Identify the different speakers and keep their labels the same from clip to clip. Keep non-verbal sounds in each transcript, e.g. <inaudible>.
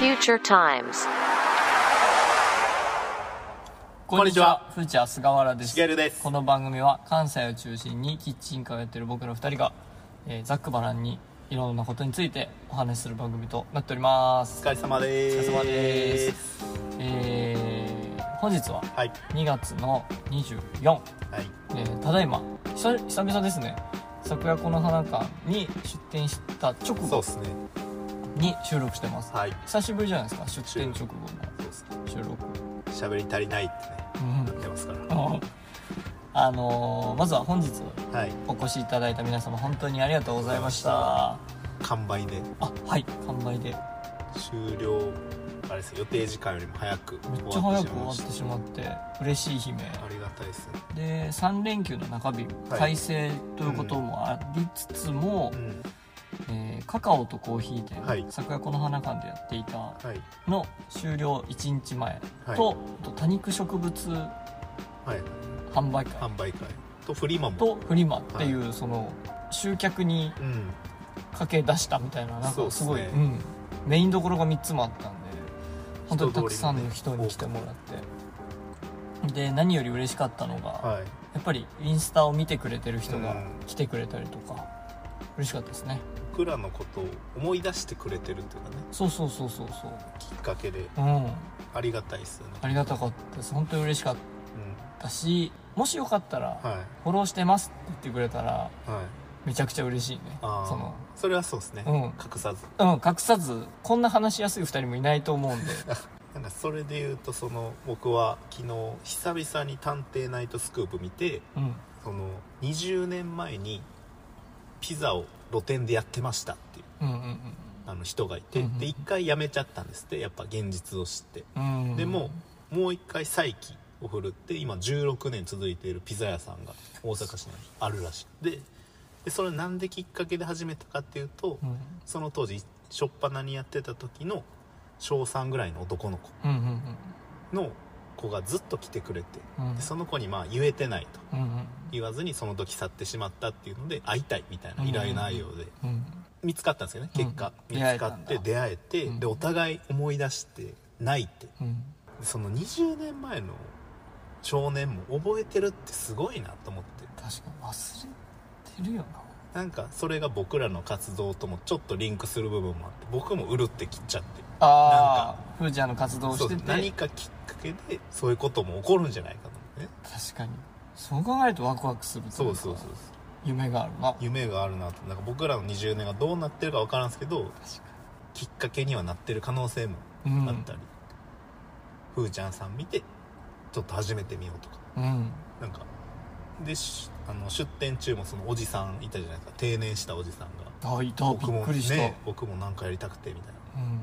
Speaker 1: Future Times.
Speaker 2: こんにちは、ふーちゃん菅原です。
Speaker 3: しげるです
Speaker 2: この番組は関西を中心にキッチンカーをやっている僕ら二人が、えーざっくばらんにいろんなことについてお話しする番組となっております。
Speaker 3: お疲れ様で
Speaker 2: お
Speaker 3: す
Speaker 2: 疲れ様です。えー、本日は
Speaker 3: はい
Speaker 2: 2月の24、
Speaker 3: はい
Speaker 2: えー、ただいま、久久々ですね、桜子の花館に出店した直
Speaker 3: そう
Speaker 2: 後
Speaker 3: ですね
Speaker 2: に収録してます。
Speaker 3: はい
Speaker 2: 久しぶりじゃないですか、出店直後の
Speaker 3: そうっすね
Speaker 2: 収録。
Speaker 3: 喋り足りないってね
Speaker 2: うん
Speaker 3: 言ってますから
Speaker 2: ああのーまずは本日
Speaker 3: はい
Speaker 2: お越しいただいた皆様本当にありがとうございましたあ
Speaker 3: 完売で
Speaker 2: はい完売でめっ
Speaker 3: 終了あれですね予定時間よりも早く
Speaker 2: ちゃ
Speaker 3: 終わっ
Speaker 2: 早
Speaker 3: て
Speaker 2: く終
Speaker 3: しまい
Speaker 2: わ
Speaker 3: ま
Speaker 2: っ
Speaker 3: して
Speaker 2: しまって嬉しい悲鳴
Speaker 3: たありがたいですね
Speaker 2: で3連休の中日
Speaker 3: はい
Speaker 2: 快晴ということもありつつも
Speaker 3: う、ん
Speaker 2: えーカカオとコーヒーで、
Speaker 3: はい
Speaker 2: 桜子の花館でやっていた
Speaker 3: はい
Speaker 2: の終了1日前
Speaker 3: はい
Speaker 2: と、あと多肉植物
Speaker 3: はい
Speaker 2: 販売会
Speaker 3: 販売会とフリマも
Speaker 2: とフリマっていう、その集客に
Speaker 3: うん
Speaker 2: 駆け出したみたいななん
Speaker 3: そう
Speaker 2: か
Speaker 3: っ
Speaker 2: す
Speaker 3: す
Speaker 2: ご
Speaker 3: ね
Speaker 2: いうん、メインどころが3つもあったんで本当にたくさんの
Speaker 3: 人
Speaker 2: 人
Speaker 3: 通りもね
Speaker 2: に来てもらってで何より嬉しかったのが、
Speaker 3: はい
Speaker 2: やっぱりインスタを見てくれてる人が
Speaker 3: うん
Speaker 2: 来てくれたりとか、嬉しかったですね
Speaker 3: 僕らのことを思い出してくれてるっていうかね
Speaker 2: そうそうそうそうそう
Speaker 3: きっかけで
Speaker 2: うん
Speaker 3: ありがたいですよね
Speaker 2: ありがたかったです本当に嬉しかっ
Speaker 3: う
Speaker 2: たしもしよかったら、
Speaker 3: んはい
Speaker 2: フォローしてますって言ってくれたら
Speaker 3: はい
Speaker 2: めちゃくちゃ嬉しいね
Speaker 3: あ
Speaker 2: その
Speaker 3: あそれはそうですね
Speaker 2: うん
Speaker 3: 隠さず
Speaker 2: うん隠さずこんな話しやすい2人もいないと思うんで
Speaker 3: なんかそれで言うとその僕は昨日久々に「探偵ナイトスクープ」見て
Speaker 2: うん
Speaker 3: その20年前にピザを露店でやってましたっていう
Speaker 2: うんうん
Speaker 3: あの人がいて
Speaker 2: うんうん
Speaker 3: で一回辞めちゃったんですってやっぱ現実を知って
Speaker 2: うんうん
Speaker 3: でももう一回再起を振るって今16年続いているピザ屋さんが大阪市にあるらしいででそれなんできっかけで始めたかっていうと
Speaker 2: うん
Speaker 3: その当時初っ端にやってた時の小3ぐらいの男の子
Speaker 2: うんうん
Speaker 3: の子がずっと来てくれて、
Speaker 2: うんうん
Speaker 3: でその子にまあ言えてないと
Speaker 2: うんうん
Speaker 3: 言わずにその時去ってしまったっていうので会いたいみたいな
Speaker 2: うん
Speaker 3: 依頼内容で
Speaker 2: うん
Speaker 3: 見つかったんですよね結果、
Speaker 2: うん
Speaker 3: 見
Speaker 2: 出会
Speaker 3: つかっ
Speaker 2: えたんだ
Speaker 3: て出会えて、
Speaker 2: うん
Speaker 3: でお互い思い出してないって
Speaker 2: うん
Speaker 3: その20年前の少年も覚えてるってすごいなと思って
Speaker 2: 確かに忘れてるよ
Speaker 3: なんかそれが僕らの活動ともちょっとリンクする部分もあって僕もうるってきっちゃって
Speaker 2: なああふーちゃんの活動を
Speaker 3: そ
Speaker 2: し
Speaker 3: う
Speaker 2: てて
Speaker 3: 何かきっかけでそういうことも起こるんじゃないかと思ってね
Speaker 2: 確かにそう考えるとワクワクするといか
Speaker 3: そうそうそうそう
Speaker 2: 夢があるな
Speaker 3: 夢があるなとなんか僕らの20年がどうなってるか分からんすけど
Speaker 2: 確か
Speaker 3: きっかけにはなってる可能性も
Speaker 2: にうん
Speaker 3: あったり、ふーちゃんさん見てちょっと始めてみようとか
Speaker 2: うん
Speaker 3: なんかでしあの出店中もそのおじさんいたじゃないですか定年したおじさんが
Speaker 2: あいたびっ
Speaker 3: も
Speaker 2: くりした、
Speaker 3: ね僕もなんかやりたくてみたいな
Speaker 2: うん、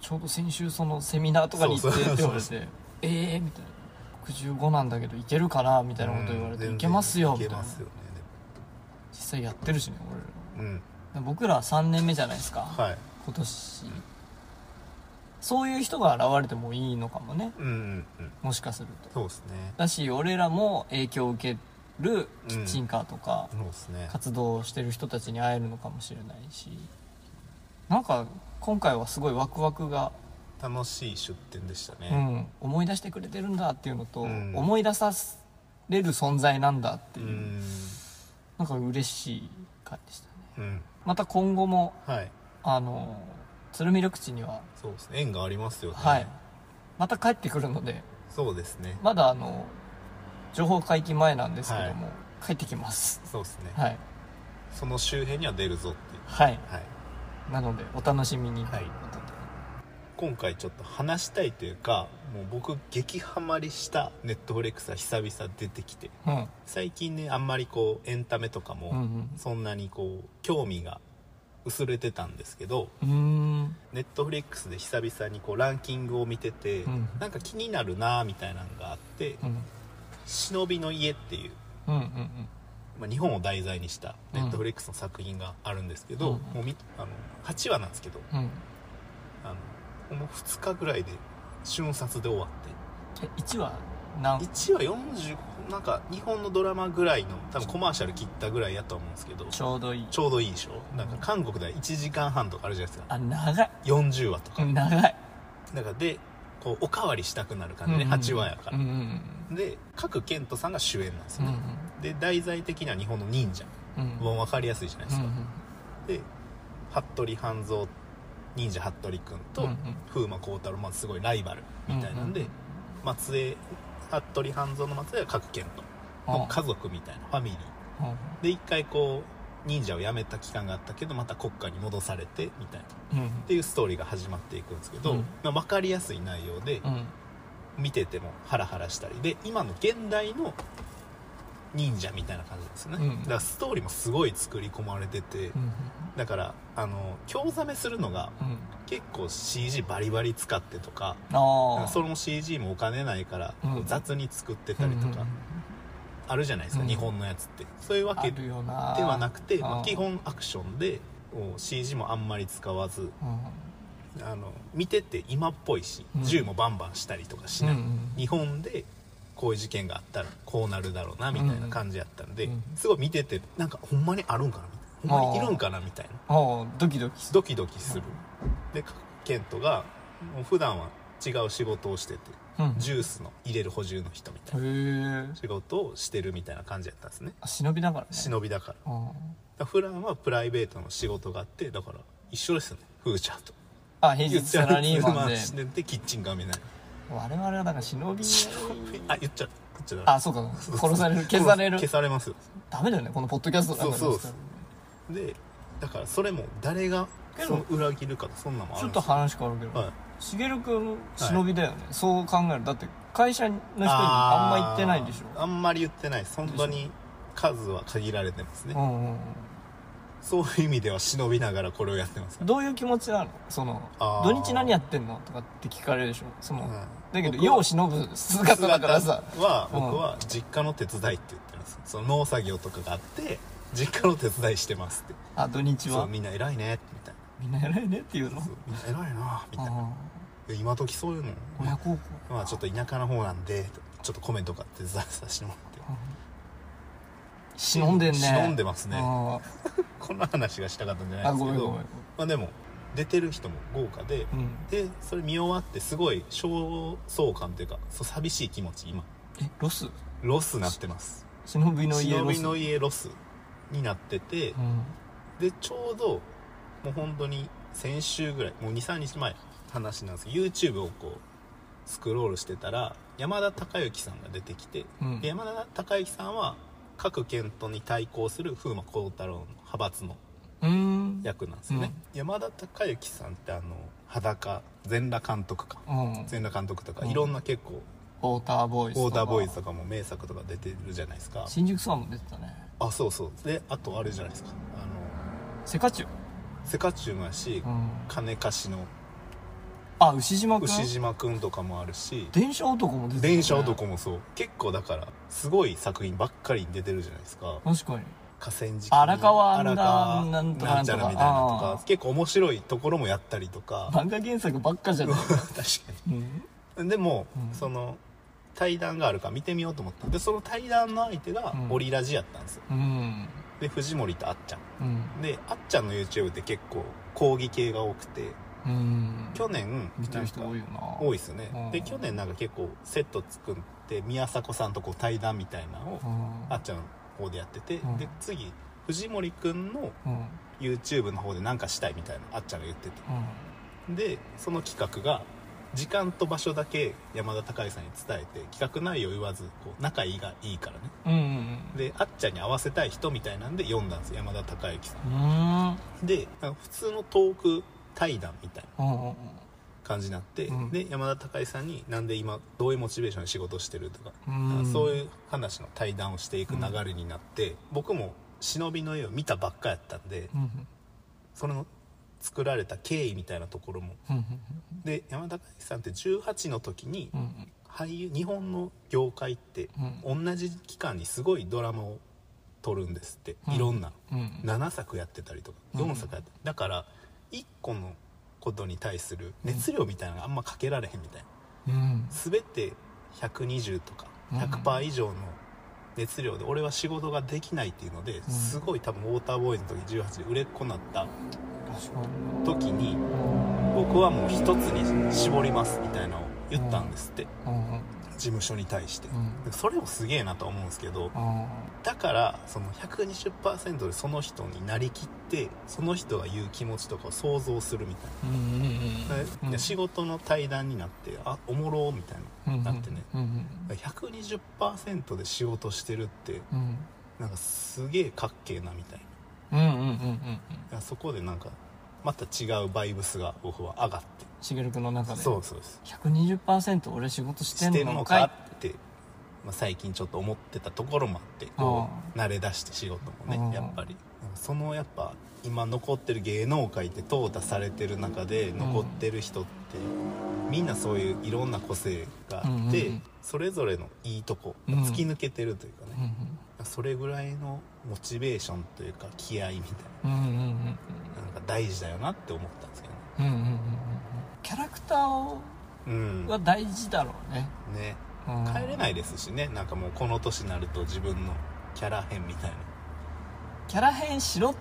Speaker 2: ちょうど先週そのセミナーとかに行って
Speaker 3: そうそう
Speaker 2: って言われて「ええー」みたいな「65なんだけどいけるかな?」みたいなこと言われて「
Speaker 3: うん
Speaker 2: いけますよ」
Speaker 3: い
Speaker 2: み
Speaker 3: け
Speaker 2: たいな
Speaker 3: ますよね
Speaker 2: 実際やってるしね俺
Speaker 3: でもうん
Speaker 2: ら僕ら3年目じゃないですか
Speaker 3: はい
Speaker 2: 今年そういう人が現れてもいいのかもね
Speaker 3: うんうんうん
Speaker 2: もしかすると
Speaker 3: そうですね
Speaker 2: だし俺らも影響を受けるキッチンカーとか、
Speaker 3: そうですね
Speaker 2: 活動してる人たちに会えるのかもしれないしなんか今回はすごいワクワクが、
Speaker 3: 楽しい出店でした
Speaker 2: う
Speaker 3: ね、
Speaker 2: ん、思い出してくれてるんだっていうのと、
Speaker 3: うん
Speaker 2: 思い出される存在なんだって
Speaker 3: う
Speaker 2: いう、
Speaker 3: ん
Speaker 2: なんか嬉しい回でしたね
Speaker 3: うん
Speaker 2: また今後も
Speaker 3: はい
Speaker 2: あの鶴見緑地には
Speaker 3: そうですね縁がありますよね
Speaker 2: はいまた帰ってくるので
Speaker 3: そうですね
Speaker 2: まだあの情報解禁前なんですけども、帰ってきます
Speaker 3: そうですね、
Speaker 2: はい
Speaker 3: その周辺には出るぞっていう
Speaker 2: はい
Speaker 3: はい
Speaker 2: なのでお楽しみに
Speaker 3: はい
Speaker 2: ということで
Speaker 3: 今回ちょっと話したいというかもう僕激ハマりしたネットフレックスは久々出てきて最近ねあんまりこうエンタメとか
Speaker 2: うんう
Speaker 3: も
Speaker 2: ん
Speaker 3: そんなにこう興味が薄れてたんですけど
Speaker 2: うんうーん
Speaker 3: ネットフレックスで久々にこうランキングを見てて、
Speaker 2: うん
Speaker 3: なんか気になるなーみたいなのがあって
Speaker 2: うん
Speaker 3: 「忍びの家」っていう、
Speaker 2: うんうんうん
Speaker 3: まあ、日本を題材にした
Speaker 2: うん
Speaker 3: ネットフレックスの作品があるんですけど、
Speaker 2: うん
Speaker 3: もうみあの8話なんですけど
Speaker 2: うん
Speaker 3: あのこの2日ぐらいで瞬殺で終わって
Speaker 2: え1話何
Speaker 3: 1話45なんか日本のドラマぐらいの多分コマーシャル切ったぐらいやと思うんですけど
Speaker 2: ちょうどいい
Speaker 3: ちょうどいいでしょなんか韓国では1時間半とかあるじゃないですか
Speaker 2: あ長い
Speaker 3: 40話とか
Speaker 2: 長い
Speaker 3: だからでこうおかわりしたくなる感じね、
Speaker 2: うんうん
Speaker 3: 8話やから
Speaker 2: うん、うんうん
Speaker 3: で各健人さんが主演なんです
Speaker 2: うん
Speaker 3: よね、で題材的には日本の忍者
Speaker 2: うんうん
Speaker 3: もう分かりやすいじゃないで
Speaker 2: う
Speaker 3: す
Speaker 2: ん
Speaker 3: か、で服部半蔵忍者服部君と、
Speaker 2: うんうん
Speaker 3: 風磨幸太郎、まあ、すごいライバルみたいなん
Speaker 2: う
Speaker 3: で、
Speaker 2: んうん
Speaker 3: 松江服部半蔵の松江は各県との家族みたいなファミリー
Speaker 2: うん
Speaker 3: で一回こう忍者を辞めた期間があったけどまた国家に戻されてみたいな
Speaker 2: うん
Speaker 3: っていうストーリーが始まっていくんですけ
Speaker 2: う
Speaker 3: ど、
Speaker 2: ん
Speaker 3: まあ、分かりやすい内容で
Speaker 2: うんうん
Speaker 3: 見ててもハラハラしたりで今の現代の忍者みたいな感じなんですよね、
Speaker 2: うん
Speaker 3: だからストーリーもすごい作り込まれてて、
Speaker 2: うん
Speaker 3: だからあの興ざめするのが
Speaker 2: うん
Speaker 3: 結構 CG バリバリ使ってとか
Speaker 2: あ
Speaker 3: な
Speaker 2: あ
Speaker 3: んかそれも CG もお金ないから
Speaker 2: うん
Speaker 3: こう雑に作ってたりと
Speaker 2: うんう
Speaker 3: か
Speaker 2: ん
Speaker 3: あるじゃないですか、
Speaker 2: うん
Speaker 3: 日本のやつってそういうわ
Speaker 2: あ
Speaker 3: け
Speaker 2: る
Speaker 3: で
Speaker 2: よな
Speaker 3: はなくて
Speaker 2: あー
Speaker 3: まあ基本アクションでこう CG もあんまり使わず
Speaker 2: う
Speaker 3: あの見てて今っぽいし
Speaker 2: うん
Speaker 3: 銃もバンバンしたりとかしない、
Speaker 2: うんうん
Speaker 3: 日本でこういう事件があったらこうなるだろうなみたいな感じやったんで、
Speaker 2: うん
Speaker 3: すごい見ててなんかほんまにあるんかなみたいなほんまにいるんかなみたいなん
Speaker 2: ああドキドキする
Speaker 3: ドキドキする、でケントがもう普段は違う仕事をしてて
Speaker 2: うん
Speaker 3: ジュースの入れる補充の人みたいな
Speaker 2: へえ
Speaker 3: 仕事をしてるみたいな感じやったんですね
Speaker 2: あ忍びながらね
Speaker 3: 忍びだからだか
Speaker 2: あ
Speaker 3: ら普段はプライベートの仕事があってだから一緒ですよねフーチャーと
Speaker 2: ああ平日サラリーマンで
Speaker 3: ででキッチン画面
Speaker 2: <laughs>
Speaker 3: ない
Speaker 2: 我々はだから忍び
Speaker 3: あ言っちゃう言っちゃダメ
Speaker 2: あそう
Speaker 3: <laughs>
Speaker 2: か殺される消される
Speaker 3: 消されますよ
Speaker 2: ダメだよねこのポッドキャストだ
Speaker 3: そう
Speaker 2: から
Speaker 3: そうですでだからそれも誰が
Speaker 2: けど
Speaker 3: その裏切るかそんなんもあ
Speaker 2: ち
Speaker 3: る
Speaker 2: ょ
Speaker 3: ん
Speaker 2: っ
Speaker 3: で
Speaker 2: と
Speaker 3: すよ
Speaker 2: 話変わるけど
Speaker 3: はい
Speaker 2: しげる君忍びだよねそう考えるだって会社の人にあん
Speaker 3: あー
Speaker 2: ま言ってないんでしょ
Speaker 3: あんまり言ってないです本当に数は限られてますね
Speaker 2: うんうん
Speaker 3: そういう意味では忍びながらこれをやってます
Speaker 2: うんどういう気持ちなのその
Speaker 3: あー
Speaker 2: 土日何やってんのとかって聞かれるでしょその
Speaker 3: うん
Speaker 2: だけど
Speaker 3: 僕は
Speaker 2: 世を忍ぶ姿だからさ
Speaker 3: 姿は
Speaker 2: うん
Speaker 3: 僕は実家の手伝いって言ってますその農作業とかがあって実家の手伝いしてますって
Speaker 2: あ土日
Speaker 3: そう
Speaker 2: は
Speaker 3: みんな偉いねみたい
Speaker 2: みんな偉いねっていうの
Speaker 3: なそうみんな偉いなみたいな
Speaker 2: あ
Speaker 3: 今時そういうの
Speaker 2: あ親孝行
Speaker 3: まあちょっと田舎の方なんでちょっと米とか手伝いさせてもらって
Speaker 2: 忍んでんね
Speaker 3: 忍んでますね
Speaker 2: あ
Speaker 3: こんな話がしたかったんじゃ
Speaker 2: ー
Speaker 3: ない
Speaker 2: あ
Speaker 3: です
Speaker 2: ご
Speaker 3: け
Speaker 2: めんご
Speaker 3: ど
Speaker 2: めん
Speaker 3: まあでも出てる人も豪華で、
Speaker 2: うん
Speaker 3: でそれ見終わってすごい焦燥感というかそう寂しい気持ち今
Speaker 2: えロス
Speaker 3: ロスなってます
Speaker 2: 忍びの家
Speaker 3: 忍
Speaker 2: ロ
Speaker 3: び
Speaker 2: ス
Speaker 3: の家ロスになってて、
Speaker 2: うん
Speaker 3: でちょうどもう本当に先週ぐらいもう23日前の話なんですけど YouTube をこうスクロールしてたら山田孝之さんが出てきて、
Speaker 2: うん
Speaker 3: で山田孝之さんは各検討に対抗する風磨幸太郎の派閥の
Speaker 2: うーん
Speaker 3: 役なんですよね、山田孝之さんってあの裸全裸監督か
Speaker 2: うん
Speaker 3: 全裸監督とか、
Speaker 2: うん
Speaker 3: いろんな結構
Speaker 2: ウォーターボーイズ
Speaker 3: オ
Speaker 2: と
Speaker 3: ー
Speaker 2: か
Speaker 3: ダーボーイズとかも名作とか出てるじゃないですか
Speaker 2: 新宿さんも出てたね
Speaker 3: あそうそうであとあれじゃないですかあ
Speaker 2: セカチュウ
Speaker 3: のセカチュウもやし、
Speaker 2: うん
Speaker 3: 金貸しの
Speaker 2: あ牛島君
Speaker 3: 牛島くんとかもあるし
Speaker 2: 電車男も出てたね
Speaker 3: 電車男もそう結構だからすごい作品ばっかりに出てるじゃないですか
Speaker 2: 確かに
Speaker 3: 河川敷に
Speaker 2: 荒川
Speaker 3: 荒
Speaker 2: な
Speaker 3: 川
Speaker 2: んなんとか
Speaker 3: なんちゃらみたいなのと
Speaker 2: あ
Speaker 3: か
Speaker 2: ー
Speaker 3: 結構面白いところもやったりとか
Speaker 2: 漫画原作ばっかじゃない
Speaker 3: <laughs> 確か
Speaker 2: うん
Speaker 3: にでも、
Speaker 2: うん
Speaker 3: その対談があるから見てみようと思ったでその対談の相手が
Speaker 2: うん
Speaker 3: オリラジやったんですよ、
Speaker 2: うん
Speaker 3: で藤森とあっちゃん
Speaker 2: うん
Speaker 3: であっちゃんの YouTube って結構講義系が多くて
Speaker 2: うん
Speaker 3: 去年
Speaker 2: 見てる人
Speaker 3: なん
Speaker 2: 多
Speaker 3: か
Speaker 2: いよな
Speaker 3: 多い
Speaker 2: い
Speaker 3: ですよね、
Speaker 2: うん
Speaker 3: で去年なんか結構セット作って宮迫さんとこう対談みたいなのを
Speaker 2: うん
Speaker 3: あっちゃんの方でやってて、
Speaker 2: うん
Speaker 3: で次藤森くんの
Speaker 2: うん
Speaker 3: YouTube の方でなんかしたいみたいなあっちゃんが言ってて
Speaker 2: うん
Speaker 3: でその企画が時間と場所だけ山田孝之さんに伝えて企画内容言わずこう仲いいがいいからね
Speaker 2: うんうん
Speaker 3: であっちゃんに合わせたい人みたいなんで読んだんですよ山田孝之さ
Speaker 2: うんうん
Speaker 3: んでなんか普通のトーク対談みたいな
Speaker 2: うんうん
Speaker 3: 感じになって、
Speaker 2: うん
Speaker 3: で山田孝之さんになんで今どういうモチベーションで仕事してるとか、
Speaker 2: うん
Speaker 3: そういう話の対談をしていく流れになって、僕も忍びの絵を見たばっかやったんで、
Speaker 2: うん
Speaker 3: その作られた経緯みたいなところも
Speaker 2: うん
Speaker 3: で山田孝之さんって18の時に
Speaker 2: うんうん
Speaker 3: 俳優日本の業界って同じ期間にすごいドラマを撮るんですって、
Speaker 2: うん
Speaker 3: いろんな
Speaker 2: うん
Speaker 3: 7作やってたりとか
Speaker 2: うん
Speaker 3: 4作やって、だから1個のことに対する熱量みたいなのがあんまかけられへんみたいな
Speaker 2: うん
Speaker 3: 全て120とか
Speaker 2: うん
Speaker 3: 100%以上の熱量で俺は仕事ができないっていうので、
Speaker 2: ん
Speaker 3: すごい多分ウォーターボーイズの時18で売れっ子になった
Speaker 2: 確かに
Speaker 3: 時に僕はもう一つに絞りますみたいなのを言ったんですって、
Speaker 2: うんうん
Speaker 3: 事務所に対して、
Speaker 2: うん
Speaker 3: でそれもすげえなと思うんですけど
Speaker 2: あ
Speaker 3: だからその120%でその人になりきってその人が言う気持ちとかを想像するみたいな
Speaker 2: ーうんうん
Speaker 3: で
Speaker 2: うん
Speaker 3: で仕事の対談になってあおもろーみたい
Speaker 2: うんうん
Speaker 3: ななってね
Speaker 2: うん
Speaker 3: だから120%で仕事してるって
Speaker 2: うんうん
Speaker 3: なんかすげえかっけえなみたい
Speaker 2: う
Speaker 3: な
Speaker 2: んうんうんうんうん
Speaker 3: だからそこでなんかまた違うバイブスが僕は上がって
Speaker 2: しげるくんの中で
Speaker 3: そうそうです
Speaker 2: 120%俺仕事して
Speaker 3: し
Speaker 2: ん
Speaker 3: てん
Speaker 2: の
Speaker 3: の
Speaker 2: かい
Speaker 3: かって、まあ、最近ちょっと思ってたところもあってこう慣れだして仕事も
Speaker 2: うん
Speaker 3: ねやっぱりなんかそのやっぱ今残ってる芸能界って淘汰されてる中で残ってる人ってみんなそういういろんな個性があっ
Speaker 2: うんうんう
Speaker 3: て
Speaker 2: ん
Speaker 3: それぞれのいいとこ
Speaker 2: うん
Speaker 3: 突き抜けてるというか
Speaker 2: うん
Speaker 3: ねそれぐらいのモチベーションというか気合いみたい
Speaker 2: うんうんうんうん
Speaker 3: ななんか大事だよなって思ったんですけどね
Speaker 2: うんうんうんうんキャラクター
Speaker 3: うん
Speaker 2: は大事だろうね
Speaker 3: ね
Speaker 2: うん
Speaker 3: 帰れないですしねなんかもうこの年になると自分のキャラ変みたいな
Speaker 2: キャラ変しろ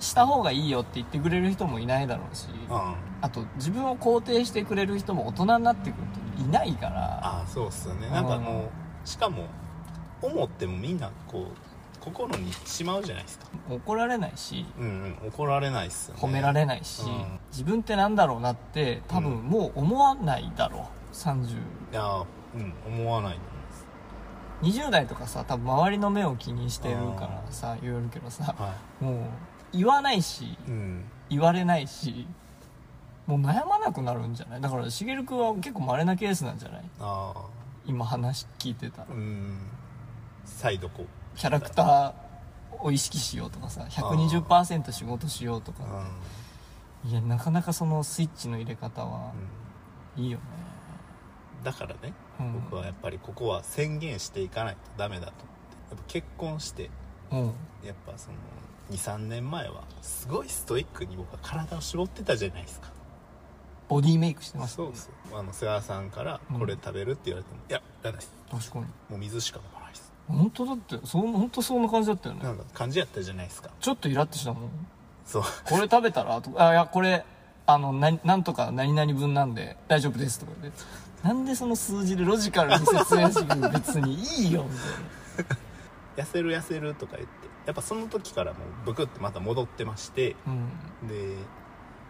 Speaker 2: した方がいいよって言ってくれる人もいないだろうし
Speaker 3: うん
Speaker 2: あと自分を肯定してくれる人も大人になってくるといないから
Speaker 3: ああそうっすよねなんかもうしかも思ってもみんなこう心にしまうじゃないですか
Speaker 2: 怒られないし
Speaker 3: うんうん怒られないっすよね
Speaker 2: 褒められないし、
Speaker 3: うん
Speaker 2: 自分ってなんだろうなって多分もう思わないだろう30
Speaker 3: いやうん思わないと思います
Speaker 2: 20代とかさ多分周りの目を気にしてるからさ言えるけどさ
Speaker 3: は
Speaker 2: もう言わないし
Speaker 3: いうん
Speaker 2: 言われないしもう悩まなくなるんじゃないだからしげるくんは結構稀なケースなんじゃない
Speaker 3: ああ
Speaker 2: 今話聞いてたら
Speaker 3: うん再度こう
Speaker 2: キャラクターを意識しようとかさ120%仕事しようと
Speaker 3: うん、
Speaker 2: かいやなかなかそのスイッチの入れ方は
Speaker 3: う
Speaker 2: いいよね
Speaker 3: ん、だからね、
Speaker 2: うん
Speaker 3: 僕はやっぱりここは宣言していかないとダメだと思ってやっぱ結婚して
Speaker 2: うん
Speaker 3: やっぱその23年前はすごいストイックに僕は体を絞ってたじゃないですか
Speaker 2: ボディメイクしてます
Speaker 3: そうですあの世話さんから
Speaker 2: うん
Speaker 3: これ食べるって言われても、いやいらないです
Speaker 2: 確かに
Speaker 3: もう水しか飲まないです
Speaker 2: 本当だってそう本当そんな感じだったよね
Speaker 3: なんか感じやったじゃないですか
Speaker 2: ちょっとイラッとしたもん
Speaker 3: そう <laughs>
Speaker 2: これ食べたらとかあいやこれあのななんとか何々分なんで大丈夫ですとか言ってなんでその数字でロジカルに説明してくる別にいいよみたい
Speaker 3: 痩せる痩せるとか言ってやっぱその時からもうブクってまた戻ってまして
Speaker 2: なうん
Speaker 3: で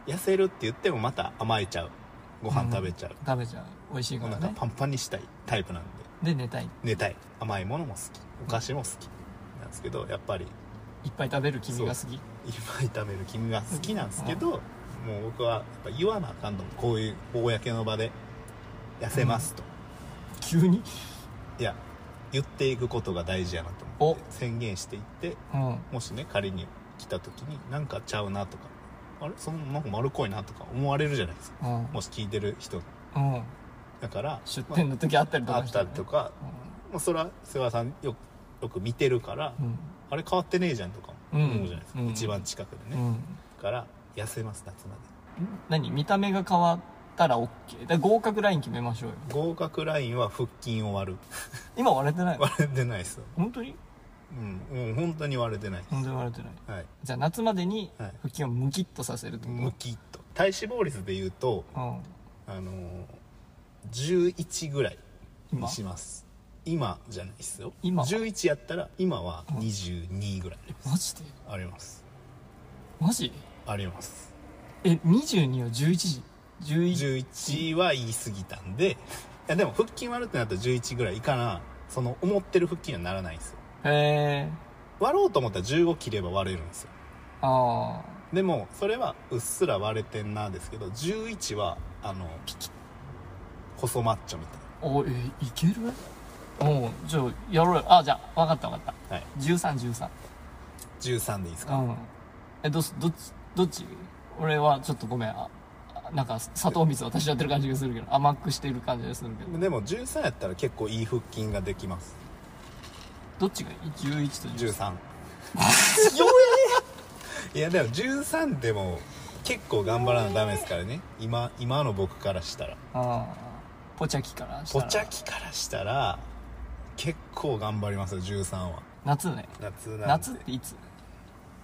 Speaker 3: 痩せるって言ってもまた甘えちゃうご飯食べちゃう、
Speaker 2: 食べちゃう美味しいか
Speaker 3: お
Speaker 2: ら
Speaker 3: 腹
Speaker 2: ね
Speaker 3: パンパンにしたいタイプなんで
Speaker 2: で寝たい
Speaker 3: 寝たい甘いものも好きお菓子も好きなんですけどやっぱり
Speaker 2: いっぱい食べる君が好き
Speaker 3: 今炒める君が好きなんですけど、もう僕はやっぱ言わなあかんと思うこういう公の場で痩せますと、
Speaker 2: 急に
Speaker 3: いや言っていくことが大事やなと思って
Speaker 2: お
Speaker 3: 宣言していって
Speaker 2: うん
Speaker 3: もしね仮に来た時になんかちゃうなとかあれそのなんか丸っこいなとか思われるじゃないですか
Speaker 2: うん
Speaker 3: もし聞いてる人が
Speaker 2: うん
Speaker 3: だから
Speaker 2: 出店の時あったりと
Speaker 3: まああ
Speaker 2: か
Speaker 3: っ
Speaker 2: したら
Speaker 3: たり
Speaker 2: ね
Speaker 3: とか、もうそれは世話さんよくよく見てるから、
Speaker 2: うん
Speaker 3: あれ変わってねえじゃんとか思うじゃないですか、
Speaker 2: うん
Speaker 3: 一番近くで
Speaker 2: う
Speaker 3: ね、
Speaker 2: ん、
Speaker 3: だから痩せます夏まで
Speaker 2: うん何見た目が変わったら OK だから合格ライン決めましょうよ
Speaker 3: 合格ラインは腹筋
Speaker 2: <laughs>
Speaker 3: を割る
Speaker 2: 今割れてないの
Speaker 3: 割れてないですよ、
Speaker 2: 本当に
Speaker 3: うん、もう本当に割れてないで
Speaker 2: 全然割れてない
Speaker 3: すはい
Speaker 2: じゃあ夏までに
Speaker 3: は
Speaker 2: 腹
Speaker 3: い
Speaker 2: 筋をムキッとさせるってこと
Speaker 3: ムキッと体脂肪率で言うと
Speaker 2: うん
Speaker 3: あのー、11ぐらい
Speaker 2: 今
Speaker 3: にします今じゃないですよ
Speaker 2: 今は
Speaker 3: 11やったら今は22ぐらい
Speaker 2: マジで
Speaker 3: あります
Speaker 2: マジ
Speaker 3: あります
Speaker 2: え22を11時11
Speaker 3: 11は言い過ぎたんでいやでも腹筋割るってなったら11ぐらいいかなその思ってる腹筋にはならないんですよ
Speaker 2: へえ
Speaker 3: 割ろうと思ったら15切れば割れるんですよ
Speaker 2: ああ
Speaker 3: でもそれはうっすら割れてんなですけど11はあのピキッ細マッチョみたい
Speaker 2: おえいけるおうじゃあやろうよあじゃあ分かった分かっ
Speaker 3: な、はい、
Speaker 2: た1313
Speaker 3: 13でいいですか、
Speaker 2: うんえどうすどっちどっち俺はちょっとごめんああなんか砂糖水を足しちゃってる感じがするけど甘くしてる感じがするけど
Speaker 3: でも13やったら結構いい腹筋ができます
Speaker 2: どっちがいい11と13
Speaker 3: <laughs> 13いやでも13でも結構頑張らなダメですからね今今の僕からしたら
Speaker 2: ああポチャキからした
Speaker 3: ポ
Speaker 2: ら
Speaker 3: チャキからしたら結構頑張りますよ13は
Speaker 2: 夏ね
Speaker 3: 夏なんで
Speaker 2: 夏っていつ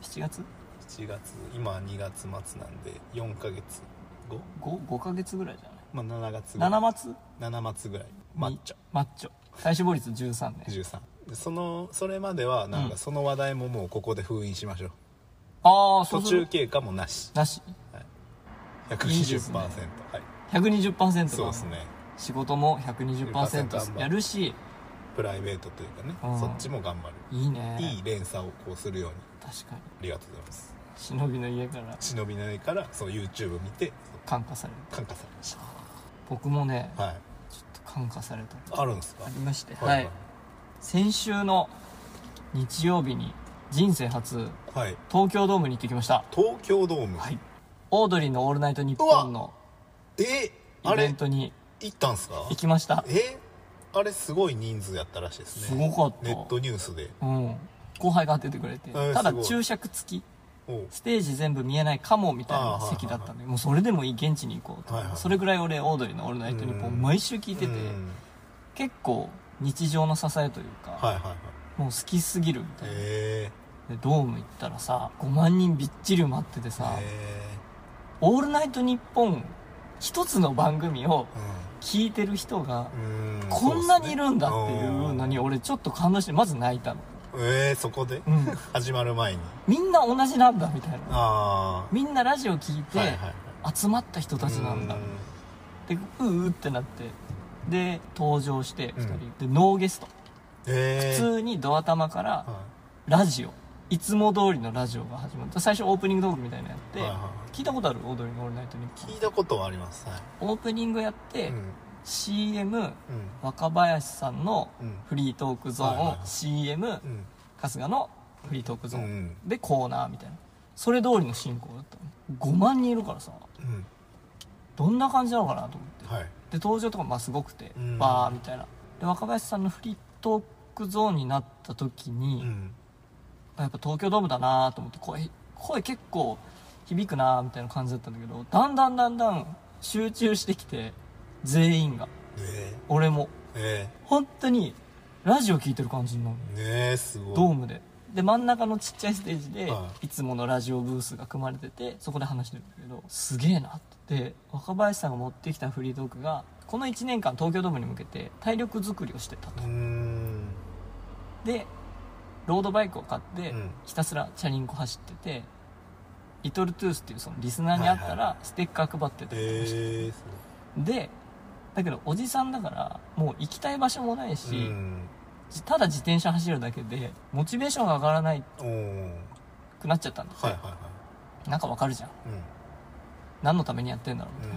Speaker 2: ?7 月
Speaker 3: 7月今2月末なんで4ヶ月後
Speaker 2: 5, 5ヶ月ぐらいじゃ
Speaker 3: まあ7月ぐ
Speaker 2: な
Speaker 3: ら
Speaker 2: い
Speaker 3: い
Speaker 2: 7月
Speaker 3: 7末ぐらい抹茶
Speaker 2: マッチョ体脂肪率13ね
Speaker 3: 13でそのそれまではなん
Speaker 2: う
Speaker 3: か
Speaker 2: ん
Speaker 3: その話題ももうここで封印しましょう、
Speaker 2: ああそ
Speaker 3: 途
Speaker 2: うする
Speaker 3: 中経過もなし
Speaker 2: なしいいで
Speaker 3: 120%
Speaker 2: すね
Speaker 3: はい
Speaker 2: 120%
Speaker 3: そう
Speaker 2: が
Speaker 3: ですね
Speaker 2: 仕事も
Speaker 3: 頑張
Speaker 2: 120%
Speaker 3: る
Speaker 2: やるし
Speaker 3: プライベートというかね、
Speaker 2: うん
Speaker 3: そっちも頑張る、
Speaker 2: いいね
Speaker 3: いい連鎖をこうするように
Speaker 2: 確かに
Speaker 3: ありがとうございます
Speaker 2: 忍びの家から
Speaker 3: 忍びないからその YouTube 見て
Speaker 2: 感化される
Speaker 3: 感化されまし
Speaker 2: 僕もね
Speaker 3: たはい
Speaker 2: ちょっと感化された
Speaker 3: あるんですか
Speaker 2: ありましてはい先週の日曜日に人生初
Speaker 3: はい、はい、
Speaker 2: 東京ドームに行ってきました
Speaker 3: 東京ドーム、
Speaker 2: はいオードリーの「オールナイトニッポン」の
Speaker 3: えあ
Speaker 2: イベ
Speaker 3: れ
Speaker 2: ントに
Speaker 3: 行ったんすか
Speaker 2: 行きました
Speaker 3: えあれすごい人数やったらしいです
Speaker 2: す
Speaker 3: ね
Speaker 2: ごかった
Speaker 3: ネットニュースで
Speaker 2: うん後輩が当ててくれて
Speaker 3: ー
Speaker 2: ただ
Speaker 3: すごい
Speaker 2: 注釈付き
Speaker 3: おう
Speaker 2: ステージ全部見えないかもみたいな席だったんでもうそれでもいい現地に行こうと
Speaker 3: はいはい
Speaker 2: それぐらい俺オードリーの「オールナイトニッポ
Speaker 3: う
Speaker 2: ン」
Speaker 3: ん
Speaker 2: 毎週聞いてて
Speaker 3: うん
Speaker 2: 結構日常の支えという
Speaker 3: はい
Speaker 2: か
Speaker 3: はいはい
Speaker 2: もう好きすぎるみたいな
Speaker 3: え
Speaker 2: でドーム行ったらさ5万人びっちり埋まってて
Speaker 3: ー、
Speaker 2: さ
Speaker 3: え
Speaker 2: 「オールナイトニッポン」一つの番組を聞いてる人が
Speaker 3: ー、うんうん
Speaker 2: こんなにいるんだってい
Speaker 3: そうう
Speaker 2: の
Speaker 3: っすね
Speaker 2: に俺ちょっと感動してまず泣いたの
Speaker 3: うんえー、そこで
Speaker 2: うん
Speaker 3: 始まる前に
Speaker 2: みんな同じなんだみたいな
Speaker 3: あ
Speaker 2: みんなラジオ聞いて
Speaker 3: あはいはいはい
Speaker 2: 集まった人たちなんだでうーってなってで登場して2人、でノーゲスト
Speaker 3: え
Speaker 2: 普
Speaker 3: え
Speaker 2: 通にドア玉から
Speaker 3: は
Speaker 2: ラジオいつも通りのラジオが始まって最初オープニングトークみたいなのやって、
Speaker 3: いはいはい
Speaker 2: 聞いたことあるオードリーの「オールナイトニッポ
Speaker 3: 聞いたことはありますはい
Speaker 2: ン」オープニングやって、
Speaker 3: うん
Speaker 2: CM
Speaker 3: うん
Speaker 2: 若林さんの
Speaker 3: うん
Speaker 2: フリートークゾーン、
Speaker 3: はいはいはい
Speaker 2: CM
Speaker 3: うん
Speaker 2: 春日のフリートークゾ
Speaker 3: う
Speaker 2: ーン、
Speaker 3: ん
Speaker 2: でコーナーみたいなそれ通りの進行だったの5万人いるからさ
Speaker 3: うん
Speaker 2: どんな感じなのかなと思って
Speaker 3: はい
Speaker 2: で登場とかまあすごくて、
Speaker 3: うん
Speaker 2: バーみたいなで若林さんのフリートークゾーンになった時に、
Speaker 3: うん
Speaker 2: あやっぱ東京ドームだなと思って声声結構響くなみたいな感じだったんだけどだんだんだんだん集中してきて全員が
Speaker 3: え
Speaker 2: 俺も
Speaker 3: ー、え
Speaker 2: 本当にラジオ聞いてる感じになる
Speaker 3: ー、ねえすごい
Speaker 2: ドームでで真ん中のちっちゃいステージで
Speaker 3: はい
Speaker 2: いつものラジオブースが組まれててそこで話してるんだけどすげえなってで若林さんが持ってきたフリートークがこの1年間東京ドームに向けて体力作りをしてたと
Speaker 3: うーん
Speaker 2: でロードバイクを買って
Speaker 3: うん
Speaker 2: ひたすらチャリンコ走っててリトルトゥースっていうそのリスナーに会った
Speaker 3: はいは
Speaker 2: らステッカー配ってたりとかして、
Speaker 3: えー、す
Speaker 2: でだけどおじさんだからもう行きたい場所もないし、
Speaker 3: ごいうん
Speaker 2: ただ自転車走るだけでモチベーションが上がらない
Speaker 3: おー
Speaker 2: くなっちゃったんだって、
Speaker 3: はいはいは
Speaker 2: なんかわかるじゃん
Speaker 3: いうん
Speaker 2: 何のためにやってんだろうみたいな、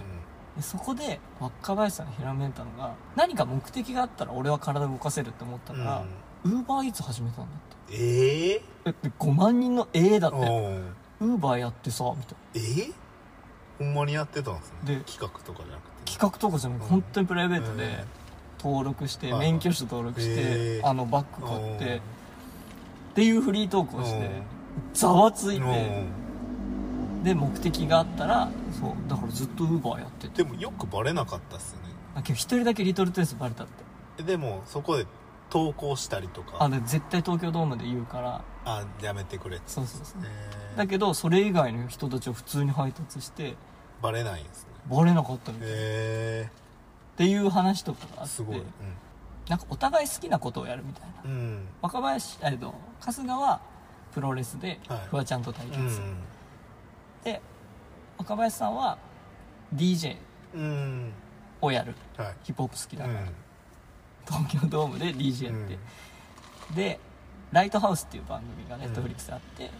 Speaker 2: でそこで若林さんがひらめいたのが何か目的があったら俺は体を動かせるって思った
Speaker 3: うんう
Speaker 2: から
Speaker 3: ん、
Speaker 2: ウーバーイーツ始めたんだって
Speaker 3: ええ
Speaker 2: えで5万人の「ええ」だっ
Speaker 3: ー、
Speaker 2: て
Speaker 3: おー
Speaker 2: ウーバーやってさみたいな
Speaker 3: えー、ほんまにやってたんですね
Speaker 2: で
Speaker 3: 企画とかじゃなくて
Speaker 2: 企画とかじゃなくて
Speaker 3: うん
Speaker 2: 本当にプライベート
Speaker 3: う
Speaker 2: で
Speaker 3: ん
Speaker 2: 登録して
Speaker 3: はいはい
Speaker 2: 免許証登録して
Speaker 3: へー
Speaker 2: あのバッグ買って
Speaker 3: うん
Speaker 2: っていうフリートークをしてざわついてで目的があったらそうだからずっとウーバーやってて
Speaker 3: でもよくバレなかったっすよね
Speaker 2: あ今日一人だけリトルトゥースバレたって
Speaker 3: えでもそこで投稿したりと
Speaker 2: あ
Speaker 3: か
Speaker 2: で絶対東京ドームで言うから
Speaker 3: あやめてくれっつ
Speaker 2: そうそうそう
Speaker 3: って
Speaker 2: だけどそれ以外の人たちを普通に配達して
Speaker 3: バレないんですね
Speaker 2: バレなかったみたいっ
Speaker 3: へ
Speaker 2: ていう話とかがあ
Speaker 3: え
Speaker 2: って
Speaker 3: すごい
Speaker 2: なんかお互い好きなことをやるみたいな
Speaker 3: うんうん
Speaker 2: 若林えっと春日はプロレスで
Speaker 3: はい
Speaker 2: フワちゃんと対
Speaker 3: う
Speaker 2: 決、
Speaker 3: ん
Speaker 2: で若林さんは DJ
Speaker 3: うん
Speaker 2: をやる
Speaker 3: はい
Speaker 2: ヒップホップ好きだ
Speaker 3: う
Speaker 2: から、
Speaker 3: ん
Speaker 2: 東京ドームで DJ やって、で「ライトハウス」っていう番組が Netflix であって、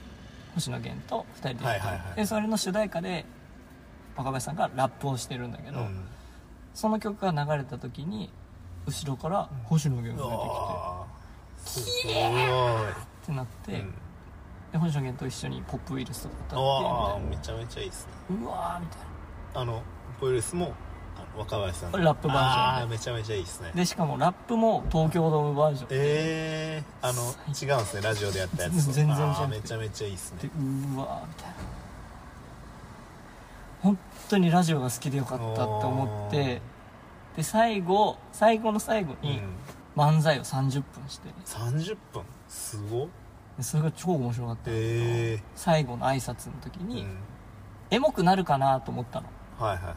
Speaker 2: 星野源と2人でやってる、
Speaker 3: はいはいはい
Speaker 2: でそれの主題歌で若林さんがラップをしてるんだけ
Speaker 3: うん
Speaker 2: ど、その曲が流れた時に後ろから星野源
Speaker 3: う
Speaker 2: が出て
Speaker 3: わーすごい
Speaker 2: きてってなって、
Speaker 3: うん
Speaker 2: で星野源と一緒に「ポップウイルス」とか歌って
Speaker 3: う
Speaker 2: み
Speaker 3: わー
Speaker 2: たい
Speaker 3: めちゃめちゃいいっすね
Speaker 2: なうわーみたいな
Speaker 3: あのポイルスもあの若林さんの
Speaker 2: ラップバージョンで
Speaker 3: あーめちゃめちゃいいっすね
Speaker 2: でしかもラップも東京ドームバージョン
Speaker 3: えー、あの違うんすねラジオでやったやつと
Speaker 2: 全然違う
Speaker 3: あーめちゃめちゃいいっす
Speaker 2: で
Speaker 3: ね
Speaker 2: うわーみたいな本当にラジオが好きでよかったって思ってで最後最後の最後に、
Speaker 3: うん
Speaker 2: 漫才を30分して
Speaker 3: 30分すごっ
Speaker 2: でそれが超面白かった、
Speaker 3: え
Speaker 2: 最後の挨拶の時
Speaker 3: え
Speaker 2: に、
Speaker 3: うん、
Speaker 2: エモくなるかなと思ったの
Speaker 3: はいはいは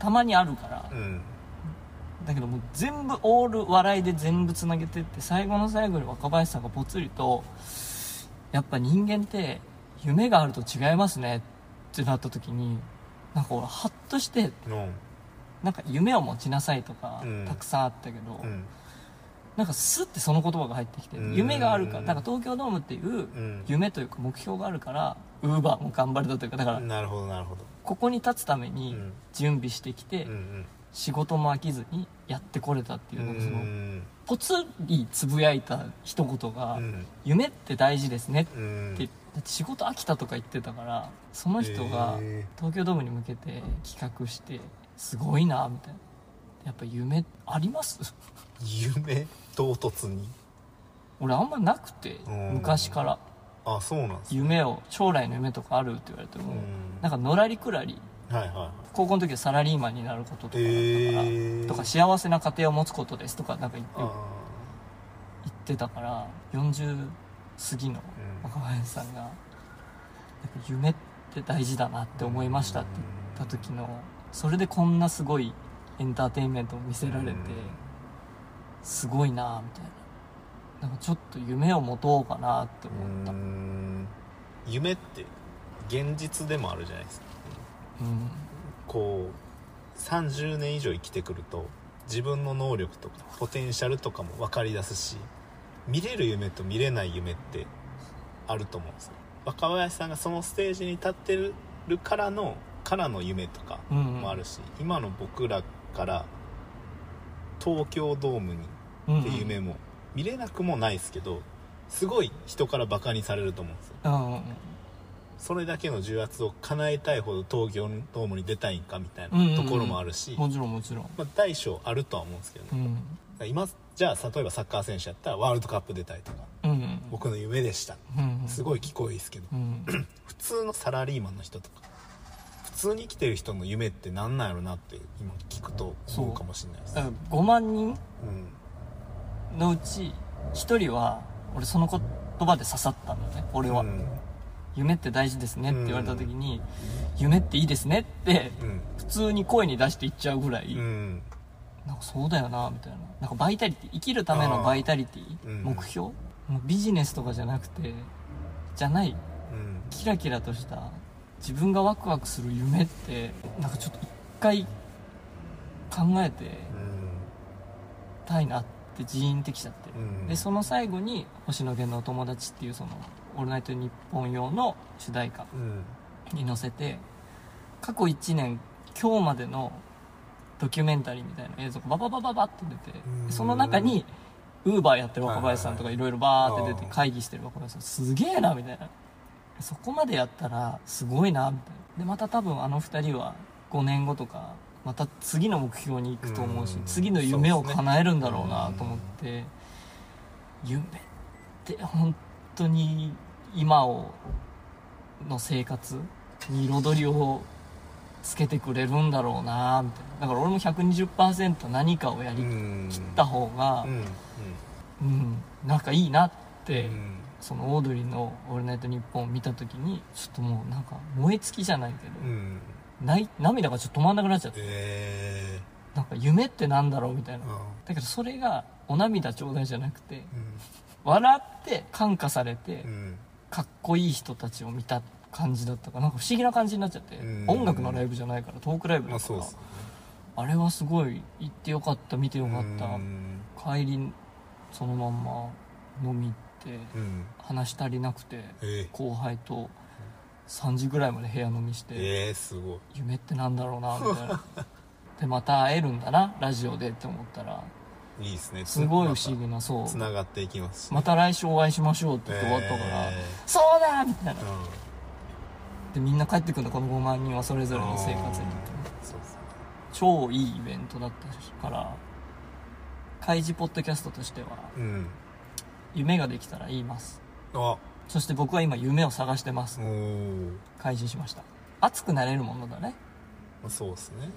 Speaker 2: たまにあるから
Speaker 3: い、うん、
Speaker 2: だけどもう全部オール笑いで全部つなげてって最後の最後に若林さんがぽつりと「やっぱ人間って夢があると違いますね」ってなった時になんか俺ハッとして
Speaker 3: うん
Speaker 2: なんか夢を持ちなさいとか、
Speaker 3: うん
Speaker 2: たくさんあったけど、
Speaker 3: うん
Speaker 2: なんかスッてその言葉が入ってきて、
Speaker 3: うん
Speaker 2: 夢があるからなんか東京ドームっていう
Speaker 3: うん
Speaker 2: 夢というか目標があるからウーバーも頑張れたというかだから
Speaker 3: なるほどなるほど
Speaker 2: ここに立つため
Speaker 3: う
Speaker 2: に
Speaker 3: ん
Speaker 2: 準備してきて、
Speaker 3: うんうん
Speaker 2: 仕事も飽きずにやってこれたっていううのがその
Speaker 3: ん
Speaker 2: ぽつりつぶやいた一言が
Speaker 3: うん
Speaker 2: 「夢って大事ですね」って
Speaker 3: う
Speaker 2: 言
Speaker 3: ん
Speaker 2: ってだって仕事飽きたとか言ってたからその人が
Speaker 3: え
Speaker 2: 東京ドームに向けて企画してすごいなみたいなやっぱ夢あります <laughs>
Speaker 3: ー夢唐突に
Speaker 2: 俺あんまなくて
Speaker 3: うん
Speaker 2: 昔から
Speaker 3: あそうなんですね
Speaker 2: 夢を将来の夢とかあるって言われても
Speaker 3: うん
Speaker 2: なんかのらりくらり
Speaker 3: はいはいはい
Speaker 2: 高校の時はサラリーマンになることとかだったから、
Speaker 3: ええ
Speaker 2: とか幸せな家庭を持つことですとかなんか言って
Speaker 3: あ
Speaker 2: 言ってたから40過ぎの
Speaker 3: うん
Speaker 2: 若林さんが「やっぱ夢って大事だなって思いました」って言った時のそれでこんなすごいエンターテインメントを見せられて
Speaker 3: うん
Speaker 2: すごいなぁみたいななんかちょっと夢を持とうかなって
Speaker 3: ー
Speaker 2: 思った
Speaker 3: う
Speaker 2: うん
Speaker 3: ん夢って現実でもあるじゃないですかこう30年以上生きてくると自分の能力とかポテンシャルとかも分かりだすし見れる夢と見れない夢ってあると思うんですよ若林さんがそのステージに立ってるからのからの夢とか
Speaker 2: うんうん
Speaker 3: もあるし、今の僕らから東京ドームに
Speaker 2: うん
Speaker 3: っていう夢も見れなくもないですけどすごい人からバカにされると思うんですよ
Speaker 2: うんうん
Speaker 3: それだけの重圧を叶えたいほど東京ドームに出たいんかみたい
Speaker 2: うんうんう
Speaker 3: なんところもあるし、
Speaker 2: もちろんもちろん
Speaker 3: まあ、大小あるとは思うんですけどね
Speaker 2: う、ん
Speaker 3: 今じゃあ例えばサッカー選手やったらワールドカップ出たいとか
Speaker 2: うんうん
Speaker 3: 僕の夢でした
Speaker 2: うんうん
Speaker 3: すごい聞こえいいですけど
Speaker 2: うん
Speaker 3: 普通のサラリーマンの人とか普通に生きてる人の夢ってなんなんやろなって今聞くと思うかもしれないです
Speaker 2: だから5万人
Speaker 3: うん
Speaker 2: のうち1人は俺その言葉で刺さったんだね俺は、
Speaker 3: うん
Speaker 2: 夢って大事ですねって言われた時に、夢っていいですねって
Speaker 3: うん
Speaker 2: 普通に声に出して言っちゃうぐらい、
Speaker 3: うん
Speaker 2: なんかそうだよなみたいななんかバイタリティ生きるためのバイタリティ、
Speaker 3: うん
Speaker 2: 目標もうビジネスとかじゃなくてじゃない
Speaker 3: うん
Speaker 2: キラキラとした自分がワクワクする夢ってなんかちょっと一回考えてたいなってジーンってきちゃって、
Speaker 3: うん
Speaker 2: でその最後に「星野源のお友達」っていうその「オールナイトニッポン」用の主題歌
Speaker 3: うん
Speaker 2: に載せて過去1年今日までのドキュメンタリーみたいな映像がバババババって出て
Speaker 3: うん
Speaker 2: その中にウーバーやってる若林さんとか
Speaker 3: はい
Speaker 2: ろいろバーって出
Speaker 3: あ
Speaker 2: て
Speaker 3: ー
Speaker 2: 会議してる若林さんすげえなみたいなそこまでやったらすごいなみたいなでまた多分あの2人は5年後とかまた次の目標に行くと思うし
Speaker 3: うん
Speaker 2: 次の夢を
Speaker 3: そうですね
Speaker 2: 叶えるんだろうなと思って夢って本当に今をの生活に彩りをつけてくれるんだろうなみたいなだから俺も120%何かをや
Speaker 3: う
Speaker 2: り
Speaker 3: ん
Speaker 2: きった方が
Speaker 3: うんうん
Speaker 2: うん、なんかいいなって、
Speaker 3: うん
Speaker 2: そのオードリーの「オールナイトニッポン」を見た時にちょっともうなんか燃え尽きじゃないけど、
Speaker 3: うん
Speaker 2: ない涙がちょっと止まんなくなっちゃって
Speaker 3: え
Speaker 2: なんか夢ってなんだろうみたい
Speaker 3: え
Speaker 2: な
Speaker 3: う
Speaker 2: だ
Speaker 3: ん
Speaker 2: けどそれがお涙ちょうだいじゃなくて
Speaker 3: うん
Speaker 2: 笑って感化されて、
Speaker 3: うん
Speaker 2: かっこいい人たちを見た感じだったからなんか不思議な感じになっちゃって
Speaker 3: うん
Speaker 2: 音楽のライブじゃないからトークライブ
Speaker 3: ま
Speaker 2: だ
Speaker 3: あ
Speaker 2: か
Speaker 3: そう
Speaker 2: ら
Speaker 3: ですね
Speaker 2: あれはすごい行ってよかった見てよかっ
Speaker 3: うん
Speaker 2: た帰りそのまんま飲み行って
Speaker 3: うん
Speaker 2: 話足りなくて
Speaker 3: え
Speaker 2: 後輩と3時ぐらいまで部屋飲みし
Speaker 3: え
Speaker 2: て
Speaker 3: ええすごい
Speaker 2: 夢ってなんだろうなみたい
Speaker 3: <laughs>
Speaker 2: なでまた会えるんだなラジオでって思ったら
Speaker 3: いいですね
Speaker 2: すごい不思議なそ
Speaker 3: つ
Speaker 2: う
Speaker 3: ながっていきますし
Speaker 2: また来週お会いしましょうって言って終わったから
Speaker 3: え
Speaker 2: そうだみたいな
Speaker 3: えうん
Speaker 2: でみんな帰ってくんだこの5万人はそれぞれの生活に
Speaker 3: そうですね
Speaker 2: 超いいイベントだったから開示ポッドキャストとしては
Speaker 3: うん
Speaker 2: 夢ができたら言います
Speaker 3: あお
Speaker 2: そして僕は今夢を探してます
Speaker 3: ー
Speaker 2: 開示しました熱くなれるものだね
Speaker 3: まあそうですね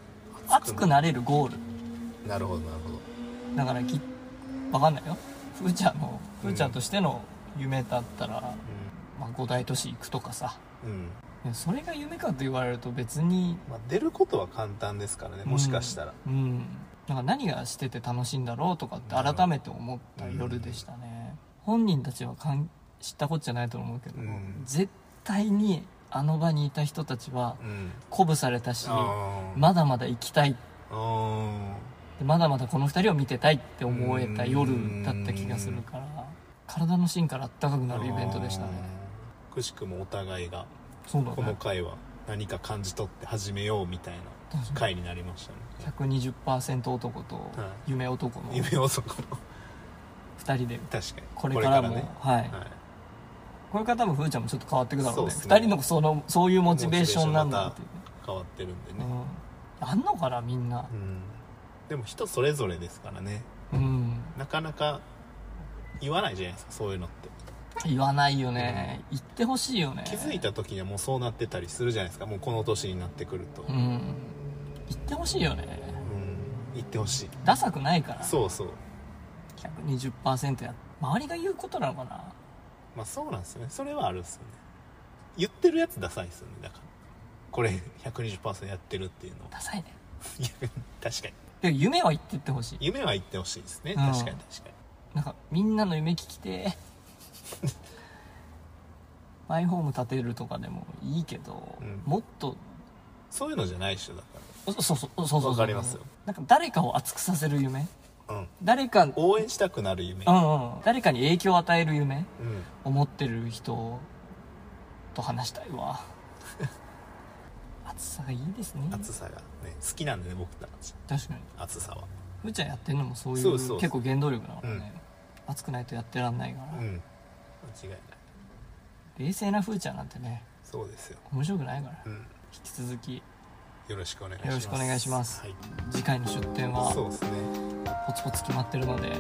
Speaker 2: 熱くなれるゴール
Speaker 3: なるほどなるほど
Speaker 2: だからき分かんないよふーちゃんのふ
Speaker 3: うん
Speaker 2: ーちゃんとしての夢だったら、まあ、五大都市行くとかさ
Speaker 3: うん、うん
Speaker 2: でもそれが夢かと言われると別に
Speaker 3: まあ、出ることは簡単ですからねもしかしたら、
Speaker 2: うんなんか何がしてて楽しいんだろうとかって改めて思った
Speaker 3: うん
Speaker 2: 夜でしたね、本人たちはかん知ったこっちゃないと思うけど、
Speaker 3: うん
Speaker 2: 絶対にあの場にいた人たちは
Speaker 3: うん、
Speaker 2: 鼓舞されたし、
Speaker 3: あー
Speaker 2: まだまだ行きたい
Speaker 3: あ
Speaker 2: でまだまだこの2人を見てたいって思えた夜だった気がするから体の芯からあったかく
Speaker 3: ー
Speaker 2: なるイベントでしたね
Speaker 3: うんくしくもお互いが
Speaker 2: そうだ
Speaker 3: この
Speaker 2: ね
Speaker 3: 回は何か感じ取って始めようみたいな回になりましたね
Speaker 2: 120%男と夢男の
Speaker 3: 夢男の
Speaker 2: 2人で
Speaker 3: 確かに
Speaker 2: これからも
Speaker 3: これね
Speaker 2: はい
Speaker 3: はい
Speaker 2: これから多分ふーちゃんもちょっと変わってくだろうね
Speaker 3: そうっす
Speaker 2: 2
Speaker 3: ね
Speaker 2: 人のそのそういうモチベーションなんだっていう
Speaker 3: 変わってるんで
Speaker 2: ね
Speaker 3: ね、
Speaker 2: うんあんのかなみんな
Speaker 3: うん、でも人それぞれですからね
Speaker 2: うん
Speaker 3: なかなか言わないじゃないですかそういうのって
Speaker 2: 言わないよね言ってほしいよね
Speaker 3: 気づいた時にはもうそうなってたりするじゃないですかもうこの年になってくると、
Speaker 2: う
Speaker 3: うん
Speaker 2: 言ってほしいよね
Speaker 3: ん、言ってほしい
Speaker 2: ダサくないから
Speaker 3: そうそう
Speaker 2: 120%や周りが言うことなのかな
Speaker 3: まあそうなんですよねそれはあるんですよね言ってるやつダサいですよねだからこれ120%やってるっていうの
Speaker 2: <laughs>
Speaker 3: は
Speaker 2: ダサいね
Speaker 3: いや確かに
Speaker 2: でも夢は言ってってほしい
Speaker 3: 夢は言ってほしいですね
Speaker 2: うん
Speaker 3: 確かに確かに
Speaker 2: なんかみんなの夢聞き
Speaker 3: <laughs>
Speaker 2: てーマイホーム建てるとかでもいいけど、
Speaker 3: うん
Speaker 2: もっと
Speaker 3: そういうのじゃないでしょだか
Speaker 2: そうそうそうそうそうそう
Speaker 3: わかりますよ
Speaker 2: なんか誰かを熱くさせる夢
Speaker 3: らうん
Speaker 2: 誰かうん
Speaker 3: 応援したくなる夢
Speaker 2: うん誰かに影響を与える夢
Speaker 3: う
Speaker 2: を
Speaker 3: ん
Speaker 2: 持ってる人と話したいわ暑さがいいですね
Speaker 3: 暑さがね好きなんでね僕たち
Speaker 2: 確かに
Speaker 3: 暑さは
Speaker 2: ふーちゃんやってんのもそういう
Speaker 3: そうそう
Speaker 2: 結構原動力だからね、熱くないとやってらんないから
Speaker 3: う、ん間違いない
Speaker 2: 冷静なふーちゃんなんてね
Speaker 3: そうですよ
Speaker 2: 面白くないから
Speaker 3: うん
Speaker 2: 引き続き
Speaker 3: よろしくお願いします
Speaker 2: よろしくお願いします
Speaker 3: はい
Speaker 2: 次回の出店は
Speaker 3: そうですね
Speaker 2: ポツポツ決まってるので
Speaker 3: は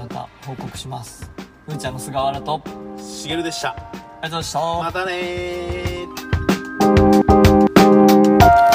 Speaker 2: また報告しますふーちゃんの菅原とあり
Speaker 3: いしげるでした
Speaker 2: がとうございました
Speaker 3: またねー